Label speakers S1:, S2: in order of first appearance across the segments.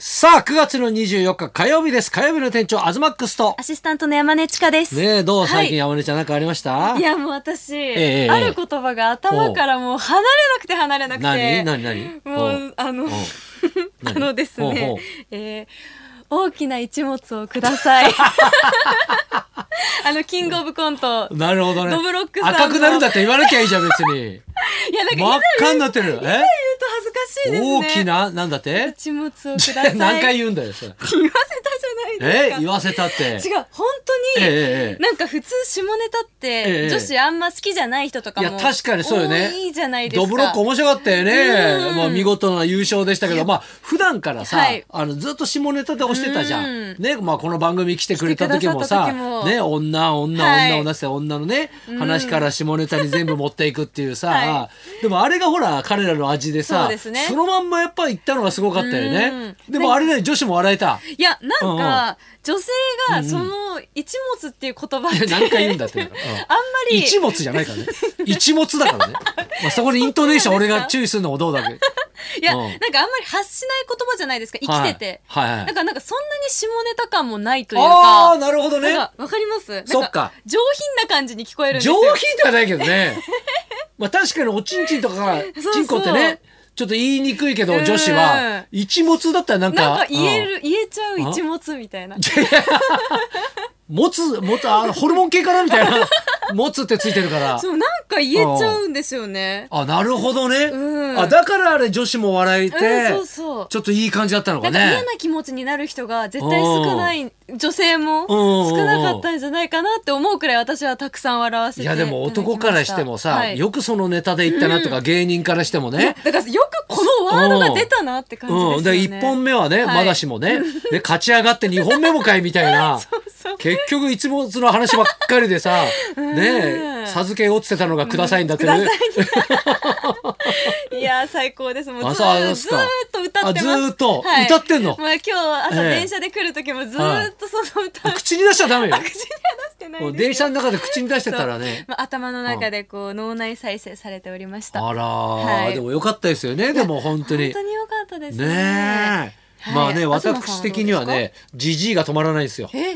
S1: さあ、9月の24日火曜日です。火曜日の店長、アズマックスと。
S2: アシスタントの山根千佳です。
S1: ねえ、どう最近
S2: は
S1: 山根ちゃんなんかありました
S2: い、いや、もう私、
S1: ええ
S2: ある言葉が頭からもう離れなくて離れなくて。
S1: 何何何
S2: も
S1: おう
S2: う、あの
S1: おう、
S2: あ
S1: 何
S2: のです
S1: おうおう
S2: ね、えー大きな一物をくださ い。あの、キングオブコント。
S1: なるほどね。
S2: どぶろっくさんの
S1: 赤くなるんだって言わなきゃいいじゃん、別に。
S2: いや、なんか、いざ言
S1: 真っ
S2: う
S1: 赤になってる。え
S2: と恥ずかしいですね。
S1: 大きな、なんだって
S2: 一物をくださ い。
S1: 何回
S2: 言わ
S1: 言うんだよ、それ。
S2: せたじゃないです
S1: え
S2: か。
S1: 言わせたって。
S2: 違う、本当
S1: え
S2: に、
S1: えええ
S2: なんか普通下ネタって、
S1: ええ
S2: 女子あんま好きじゃない人とか
S1: い
S2: も
S1: や、確かにそうよね。
S2: 多いじゃないですか。
S1: ドブロック面白かったよ
S2: う
S1: ね。
S2: ん
S1: まあ見事な優勝でしたけど、まあ普段からさ
S2: はい、
S1: あのずっと下ネタで押してたじゃん
S2: う。
S1: ね、まあこの番組来てくれた時も
S2: 来
S1: さ
S2: てくださった、時も
S1: ね、女、女、
S2: はい
S1: 女、女って女のね、話から下ネタに全部持っていくっていうさ
S2: は、
S1: でもあれがほら彼らの味で
S2: そう
S1: さ、
S2: ですね
S1: そのまんまやっぱ行ったのがすごかったよね。でもあれね、女子も笑えた。
S2: いや、なん
S1: うん
S2: か、女性がその一物っていう言葉っ
S1: いや
S2: て、
S1: 何回言うんだって。うん
S2: あんまり、
S1: 一物じゃないからね。一物だからね。まあそこにイントネーション俺が注意するのもどうだけ。
S2: いや、
S1: うん
S2: なんかあんまり発しない言葉じゃないですか、生きてて。
S1: はいはいはい
S2: だからなんかそんなに下ネタ感もないという
S1: ああ
S2: か
S1: ー、、なるほどね。
S2: なんかわかりますなん
S1: そっか
S2: 上品な感じに聞こえるんです
S1: 上
S2: よ。
S1: 品ではないけどね まあ確かにおちんちんとか
S2: そう
S1: ちんこってねちょっと言いにくいけど
S2: うん
S1: 女子は一物だったらなんか
S2: なんか言え
S1: うん
S2: る、言えちゃう一物みたいな。
S1: 持つ持つあのホルモン系かなみたいな 持つってついてるから
S2: そう、なんか言えちゃうんですよね。
S1: あなるほどね、
S2: うん
S1: あだからあれ女子も笑えて、
S2: うん、そうそう。
S1: ちょっといい感じだったの
S2: な
S1: か
S2: んか嫌
S1: ね
S2: な気持ちになる人が絶対少ない女性も
S1: うん
S2: 少なかったんじゃないかなって思うくらい私はたくさん笑わせて
S1: い
S2: い
S1: やでも男からしてもさ、
S2: はい
S1: よくそのネタで言ったなとか、芸人からしても
S2: いや
S1: ね
S2: だからよくこのワードが出たなって感じですよね、
S1: うん、で1本目はね、
S2: はい
S1: まだしも ねで勝ち上がって2本目もかいみたいな
S2: そう
S1: 結局いつもその話ばっかりでさね
S2: う
S1: え
S2: ん
S1: 授け落ちてたのがくださいんだって
S2: く
S1: ね、
S2: ださいにいや最高ですもうず
S1: あ
S2: ー
S1: そうです
S2: ず
S1: か
S2: ーっと歌ってます
S1: あずーっと歌ってんの
S2: まあ、今日朝
S1: ええ
S2: 電車で来る時もずーっとその歌を
S1: 口
S2: 口
S1: に出しちゃダメよ
S2: には出してないんですけど
S1: 電車の中で口に出してたらね
S2: まあ、頭の中でこう脳内再生されておりました
S1: あらー、
S2: はい
S1: でもよかったですよねでも本当に
S2: 本当に良かったです
S1: ね
S2: ね。
S1: え、
S2: はい
S1: まあね
S2: 東さんは
S1: 私的にはねじじいが止まらないんですよ
S2: どうです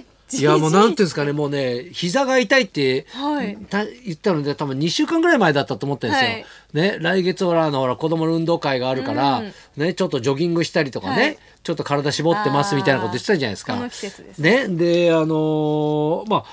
S2: か。え、
S1: いやもうなんていうん
S2: い
S1: ですかねもうね膝が痛いって、
S2: はい
S1: た言ったので多分2週間ぐらい前だったと思ってるんですよ。
S2: はい
S1: ね来月はあのほら子供の運動会があるから、
S2: うん
S1: ねちょっとジョギングしたりとかね、
S2: はい
S1: ちょっと体絞ってますみたいなこと言ってたじゃないですか。
S2: この季節です
S1: ねであのーまあ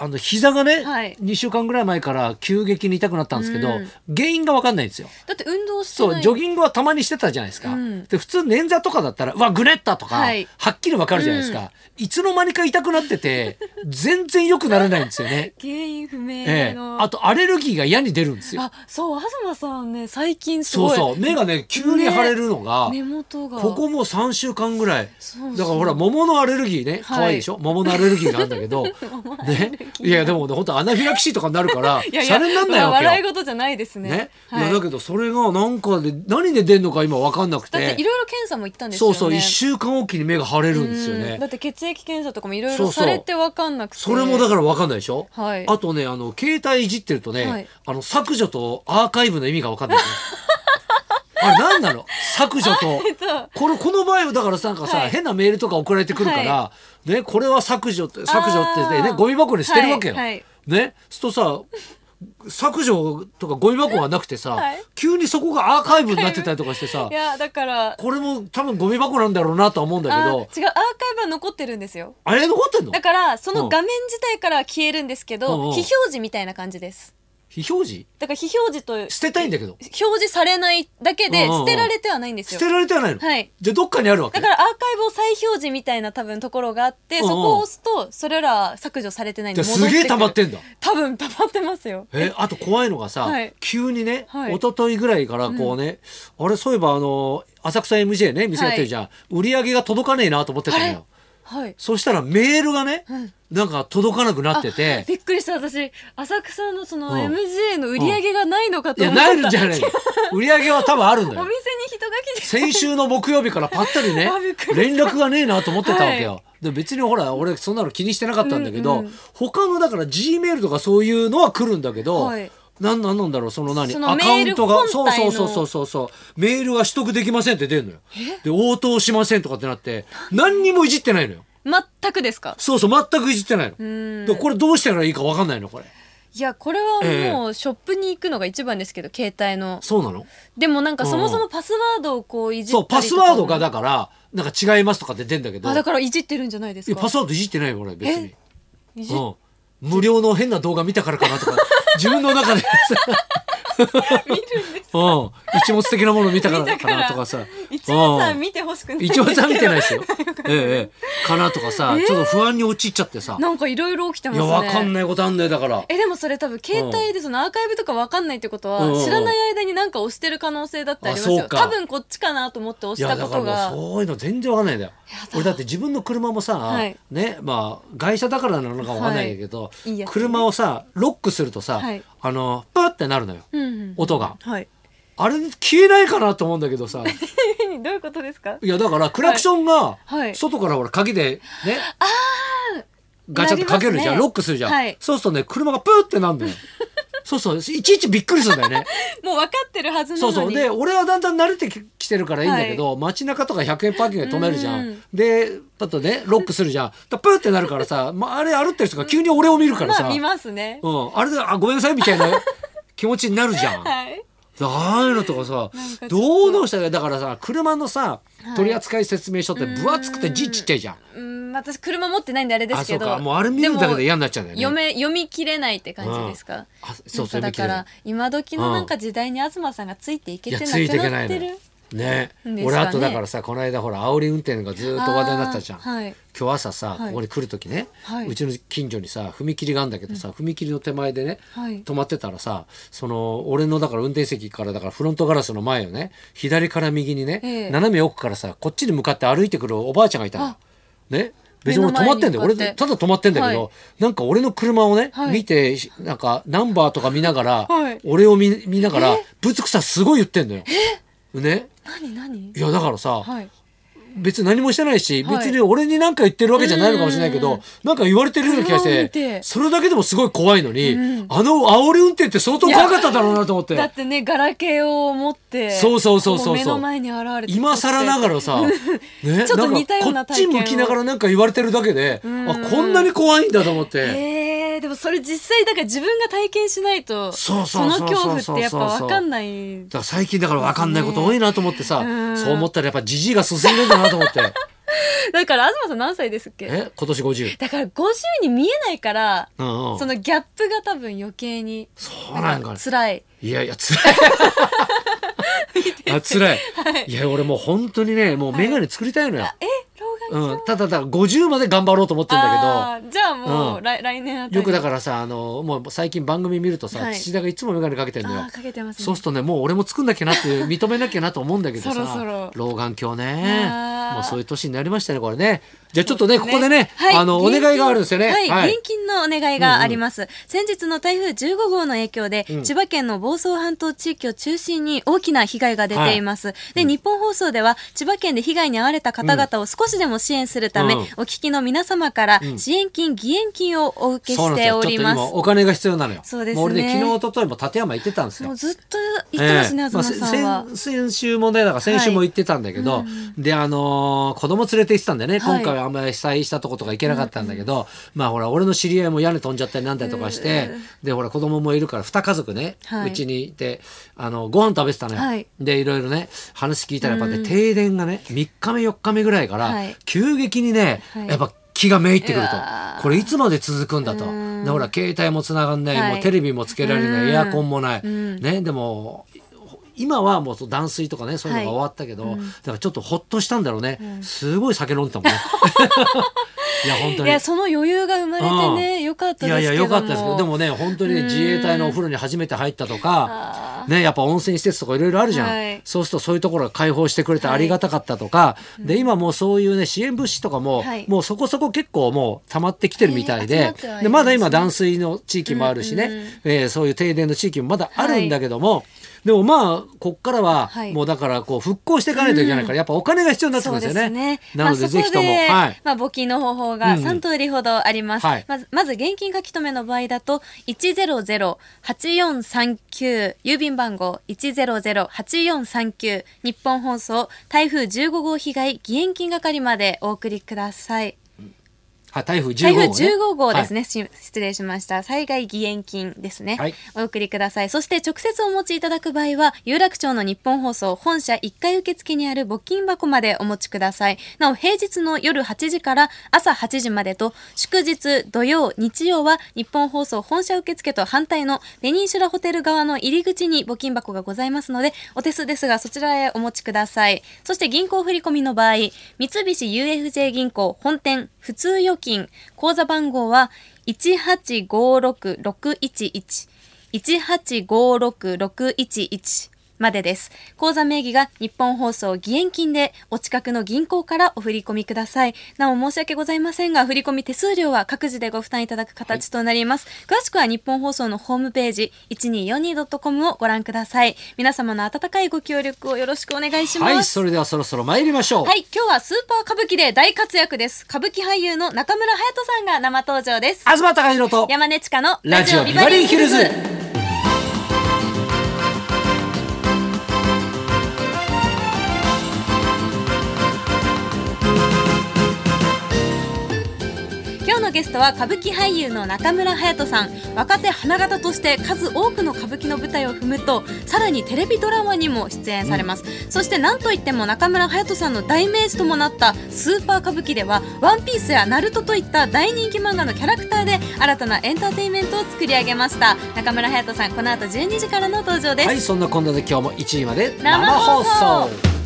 S1: あの膝がね、
S2: はい
S1: 2週間ぐらい前から急激に痛くなったんですけど、
S2: うん
S1: 原因が分かんないんですよ。
S2: だって運動して
S1: そ
S2: な
S1: う
S2: い。
S1: ジョギングはたまにしてたじゃないですか、
S2: うん
S1: で普通捻挫とかだったらうわグネったとか、は
S2: はい
S1: っきりわかるじゃないですか、いつの間にか痛くなってて全然良くならないんですよ ね、
S2: 原因不明の。
S1: ええ、あとアレルギーが嫌に出るんですよ
S2: あ、そう東さんね最近す
S1: そ
S2: ご
S1: う
S2: い
S1: そう目がね急に腫れるのが、
S2: 根元が
S1: ここもう3週間ぐらい
S2: そうそう
S1: だからほら桃のアレルギーね
S2: は
S1: 可
S2: い
S1: 愛いでしょ、桃のアレルギーがあるんだけ どねいやでもね本当アナフィラキシーとかになるから
S2: いやい
S1: シャ
S2: や
S1: レになんないわけよ。
S2: 笑い事じゃないですね。
S1: ね
S2: はい
S1: やだけどそれがなんかで何で出んのか今分かんなく
S2: だ
S1: て
S2: っていろいろ検査も行ったんですよ
S1: そう
S2: ね。
S1: そう1週間おきに目が腫れるんですよ
S2: うん
S1: ね
S2: だって血液検査とかもいろい
S1: そう
S2: ろ
S1: そう
S2: されてわかんなくて。
S1: それも だから分かんないでしょ、
S2: はい
S1: あとねあの携帯いじってるとね、
S2: はい
S1: あの削除とアーカイブの意味が分か んない、ね、あれ何なの削除と
S2: えっと
S1: このこの場合はだからさなんかさ、
S2: はい
S1: 変なメールとか送られてくるから、
S2: は
S1: ね、これは削除って削除ってね
S2: あー
S1: ねゴミ箱に捨てるわけよ。
S2: はいはい
S1: ねそうするとさ削除とかゴミ箱がなくてさ、
S2: はい
S1: 急にそこがアーカイブになってたりとかしてさ
S2: いやだから。
S1: これも多分ゴミ箱なんだろうなとは思うんだけ
S2: あ違うア
S1: ど
S2: ーカイブは残ってるんですよ
S1: あれ残ってんの
S2: だからそ
S1: うん
S2: の画面自体からは消えるんですけど、
S1: うんうん
S2: 非表示みたいな感じです
S1: 非表示
S2: だから非表示と
S1: 捨てたいんだけど
S2: 表示されないだけ
S1: う
S2: で
S1: んうんうん
S2: 捨てられてはないんです
S1: 捨
S2: よ
S1: てられてはないの、
S2: はい
S1: じゃあどっかにあるわけ
S2: だからアーカイブを再表示みたいな多分ところがあっ
S1: う
S2: て、
S1: んうん
S2: そこを押すとそれら削除されてないん
S1: じゃ
S2: で
S1: あ
S2: 戻
S1: す
S2: ってく
S1: げ
S2: る
S1: え溜まってんだ
S2: 多分溜まってますよ
S1: えあと怖いのがさ、
S2: はい
S1: 急にね、
S2: はい
S1: 一昨日ぐらいからこうね、あれそういえばあの浅草 MJ ね店やってるじゃん、売り上げが届かねえなと思ってたの
S2: あ
S1: よ
S2: れはい
S1: そしたらメールがね、
S2: ん
S1: なんか届かなくな
S2: あ
S1: ってて
S2: びっくりした私浅草のその
S1: うん
S2: MJ の売り上げがないのか
S1: い
S2: と
S1: や
S2: 思った、
S1: なるんじ ゃないよ売り上げは多分あるんだ
S2: お店
S1: よ
S2: に人が来て
S1: 先週の木曜日からぱったりね
S2: あびっくり
S1: 連絡がねえなと思ってたわけよ、で別にほら俺そんなの気にしてなかったんだけど、
S2: うんうん
S1: 他のだから G メールとかそういうのは来るんだけど、
S2: はい
S1: なんなんなんだろうその何
S2: その
S1: アカウントが
S2: メール本
S1: そう
S2: 体
S1: そ
S2: の
S1: うそうそうそうそうメールは取得できませんって出るのよで応答しませんとかってなって何にもいじってないのよ
S2: 全くですか
S1: そうそう全くいじってないの
S2: ん
S1: でこれどうしたらいいか分かんないのこれ
S2: いやこれはもうショップに行くのが一番ですけど携帯の
S1: そうなの
S2: でもなんか
S1: うん
S2: そもそもパスワードをこういじった
S1: そう
S2: りとかも
S1: パスワードがだからなんか違いますとかって出るんだけど
S2: あだからいじってるんじゃないです
S1: いや
S2: か
S1: パスワードいじってないよ俺別に、
S2: いじ
S1: うん、無料の変な動画見たからかなと か自分の中でさ
S2: 見るんです
S1: うん一物的なもの見たからかなとかさ
S2: 一応さ
S1: うん
S2: ん見てほしくない
S1: 一応さ見てないですよ。ええええ、かなとかさ、ちょっと不安に陥っちゃってさ。
S2: なんかいろいろ起きてま
S1: い
S2: す
S1: や、
S2: ね
S1: わかんないことあんだよ、だから。
S2: えでもそれ多分携帯でそのアーカイブとかわかんないってこと
S1: うんうんうん
S2: は知らない間になんか押してる可能性だってありま
S1: あ
S2: す
S1: そ
S2: よ
S1: うか
S2: 多分こっちかなと思って
S1: い
S2: 押し
S1: や、
S2: た
S1: だ
S2: こ
S1: から
S2: と
S1: もう
S2: が
S1: そういうの全然わかんないんだよ。俺だって自分の車もさ、
S2: はい
S1: ね、まあ、会社だからなのかわかんないけど、
S2: いいいやつ
S1: 車をさ、ロックするとさ、
S2: はい
S1: あの、パーってなるのよ、
S2: うんうん
S1: 音が。
S2: はい
S1: あれ消えないかなと思うんだけどさ、
S2: どういうことですか
S1: いや、だからクラクションが
S2: は、い
S1: 外からほら、鍵でね、ガチャってかけるじゃん、
S2: なりますね
S1: ロックするじゃん。
S2: はい
S1: そうするとね、車がプーってなる のよ。そうそう、いちいちびっくりするんだよね。
S2: もう分かってるはずなの
S1: そう
S2: に
S1: そうで俺はだんだん慣れてききてるからいいんだけど、街中とか100円パーキングで止めるじゃん、
S2: うん
S1: でパッとねロックするじゃんだプーってなるからさ、まあれ歩ってる人が急に俺を見るからさ、
S2: まあ見ますね
S1: うん、あれで「あごめんなさい」みたいな気持ちになるじ ゃん。
S2: はい
S1: ああいうのとかさ
S2: なんかちょっと
S1: どう直したらいいだからさ車のさ
S2: はい
S1: 取扱説明書って分厚くて字ちっちゃいじゃん。
S2: うん私車持ってないんであれで
S1: あ
S2: す
S1: そ
S2: け
S1: う
S2: ど
S1: かもうあれ見るだけで
S2: も
S1: 嫌になっちゃうんだよね。
S2: 読め読み切れないって感じですか、
S1: あそうそう
S2: なんかだから今時のなんか時代に東さんがついていけてなく
S1: いやついていけな
S2: ないっ
S1: の
S2: て
S1: よ
S2: る
S1: ね
S2: ですかね
S1: 俺あとだからさこの間ほら煽り運転がずーっと話題になったじゃん、
S2: あーはい
S1: 今日朝さ、
S2: はい
S1: ここに来る時ね、
S2: はいう
S1: ちの近所にさ踏切があるんだけどさ、踏切の手前でね、
S2: はい
S1: 止まってたらさその俺のだから運転席からだからフロントガラスの前をね左から右にね、
S2: ええ
S1: 斜め奥からさこっちに向かって歩いてくるおばあちゃんがいたの
S2: あ。
S1: ね別に俺止まってんだよ
S2: 目の前に向か
S1: 俺
S2: って
S1: ただ止まってんだけど、
S2: は
S1: なんか俺の車をね、
S2: はい
S1: 見てなんかナンバーとか見ながら、
S2: はい
S1: 俺を見見ながらぶつくさすごい言ってんのよ。ね
S2: 何何
S1: いやだからさ、
S2: はい
S1: 別に何もしてないし、
S2: はい
S1: 別に俺に何か言ってるわけじゃないのかもしれないけ
S2: うんう
S1: どなんか言われてるような気がし
S2: 車を
S1: て
S2: 見て
S1: それだけでもすごい怖いのに、
S2: うん
S1: あの煽り運転って相当怖かっただろうなと思って
S2: だってねガラケーを持って
S1: そうそうそうそうそう
S2: こ目の前に現れて
S1: 今更ながらさ、ね
S2: ちょっと似たような
S1: なんかこっち向きながらなんか言われてるだけで、
S2: ん
S1: あこんなに怖いんだと思って。
S2: えー、でもそれ実際だから自分が体験しないと
S1: そうそうそうそう
S2: の恐怖ってやっぱ分かんない
S1: だから最近だから分かんないこと多いなと思ってさ、
S2: うん
S1: そう思ったらやっぱじじいが進んでんだなと思 って。
S2: だから東さん何歳ですっけ
S1: え今年50。
S2: だから50に見えないから
S1: うんうん。
S2: そのギャップが多分余計に
S1: そうなんかね
S2: 辛い
S1: いやいや、つ らい。あ辛い、い、や俺もう本当にねもう眼鏡作りたいのよ、
S2: え老眼
S1: うん、ただただ50まで頑張ろうと思ってんだ
S2: あーじゃあもう、
S1: うん
S2: 来来年あた
S1: け
S2: り
S1: どよくだからさあのもう最近番組見るとさ、
S2: はい
S1: 土田がいつも眼鏡かけてんのよ
S2: あーかけてますね
S1: そうするとねもう俺も作んなきゃな っていう認めなきゃなと思うんだけどさ
S2: そろそろ
S1: 老眼鏡
S2: あ
S1: ね
S2: ー
S1: もうそういう年になりましたねこれねじゃあちょっとねここでね、
S2: はい
S1: あのお願いがあるんですよね
S2: はい、現金のお願いがあります。先日の台風15号の影響で、
S1: うん
S2: 千葉県の房総半島地域を中心に大きな被害が出ています。で、日本放送では、千葉県で被害に遭われた方々を少しでも支援するため、
S1: うん
S2: お聞きの皆様から
S1: うん
S2: 支援金、義援金をお受け
S1: そうなん
S2: し
S1: です
S2: て
S1: よ
S2: お
S1: ちょっと
S2: りま
S1: 今
S2: す。
S1: お金が必要なのよ
S2: そうですね
S1: もう俺ね昨日一昨日も立山行ってたんですよ
S2: もうずっと言ってますね、
S1: ええ
S2: 東さん
S1: ま
S2: は。
S1: あせ先先週もね、だから先週も言ってたんだけど、
S2: はい
S1: で、あのー子供連れて行ってたんだよね。
S2: はい
S1: 今回はあんまり被災したとことか行けなかったんだけど、まあほら、俺の知り合いも屋根飛んじゃったりなんだりとかして、で、ほら、子供もいるから、二家族ね
S2: は、いう
S1: ち、にいて、あの、ご飯食べてたのよ。
S2: はい
S1: で、いろいろね、話聞いたらやっぱね、停電がね、3日目4日目ぐらいから
S2: はい、
S1: 急激にね、
S2: はい
S1: やっぱ気がめいってくると
S2: うわ。ー
S1: これいつまで続くんだと。
S2: うん
S1: で、ほら、携帯もつながんない、
S2: はい
S1: もうテレビもつけられな
S2: う
S1: い、
S2: ん
S1: エアコンもない。
S2: うん
S1: ね、でも今はもうそう断水とかねそういうのが終わったけど、だからちょっとほっとしたんだろうね、すごい酒飲んでたもんね いや本当
S2: い
S1: に
S2: や、その余裕が生まれてね、よかった
S1: い
S2: で
S1: や
S2: すけども。
S1: いや良かったですけどでもね本当にね自衛隊のお風呂に初めて入ったとか、ね、やっぱ温泉施設とかいろいろあるじゃん、
S2: はい
S1: そうするとそういうところが開放してくれてありがたかったとか、で今もうそういうね支援物資とかも、
S2: はい
S1: もうそこそこ結構もう溜まってきてるみたい
S2: えー
S1: で,、
S2: 集まってはいるんですね
S1: でまだ今断水の地域もあるしね、
S2: うんうん
S1: えーそういう停電の地域もまだあるんだけども、でもまあこっからは
S2: はい
S1: もうだからこう復興していかないといけないから、やっぱお金が必要になってく
S2: そ
S1: るん
S2: う
S1: で
S2: ですす
S1: よね。
S2: ね。
S1: なので
S2: まあ、
S1: ぜひとも、
S2: そこで
S1: はい、
S2: まあ、募金の方法
S1: う
S2: が
S1: ん
S2: 3通りほどあります。
S1: はい
S2: まず、まず現金書き留めの場合だと、100-8439、郵便番号100-8439、日本放送、台風15号被害、義援金係までお送りください。
S1: はい台風15
S2: 台
S1: 号、
S2: 風
S1: ね、
S2: 15号です
S1: ね、
S2: ね、し失礼しました災害義援金ですね、
S1: はい
S2: お送りくださいそして直接お持ちいただく場合は有楽町の日本放送本社1階受付にある募金箱までお持ちくださいなお平日の夜8時から朝8時までと祝日土曜日曜は日本放送本社受付と反対のペニンシュラホテル側の入り口に募金箱がございますのでお手数ですがそちらへお持ちくださいそして銀行振込の場合三菱 UFJ 銀行本店普通預金口座番号は1856611 1856611までです。口座名義が日本放送義援金でお近くの銀行からお振り込みください。なお申し訳ございませんが、振り込み手数料は各自でご負担いただく形となります。詳しくは日本放送のホームページ 1242.com をご覧ください。皆様の温かいご協力をよろしくお願いします。
S1: はい、それではそろそろ参りましょう。
S2: はい、今日はスーパー歌舞伎で大活躍です。歌舞伎俳優の中村隼人さんが生登場です。
S1: 東隆弘と
S2: 山根千佳の
S1: ラ
S2: ラ
S1: ジ
S2: ジ
S1: オ
S2: オ
S1: ビ
S2: ビ
S1: バ
S2: バ
S1: リ
S2: リ
S1: ー
S2: ー
S1: ヒ
S2: ヒ
S1: ル
S2: ル
S1: ズ
S2: ズ。今日のゲストは歌舞伎俳優の中村隼人さん若手花形として数多くの歌舞伎の舞台を踏むとさらにテレビドラマにも出演されます、そして何といっても中村隼人さんの代名詞ともなったスーパー歌舞伎では「ワンピースや「ナルトといった大人気漫画のキャラクターで新たなエンターテインメントを作り上げました中村隼人さんこの後12時からの登場です、
S1: はい、そんなこんなで今日も1時まで
S2: 生放送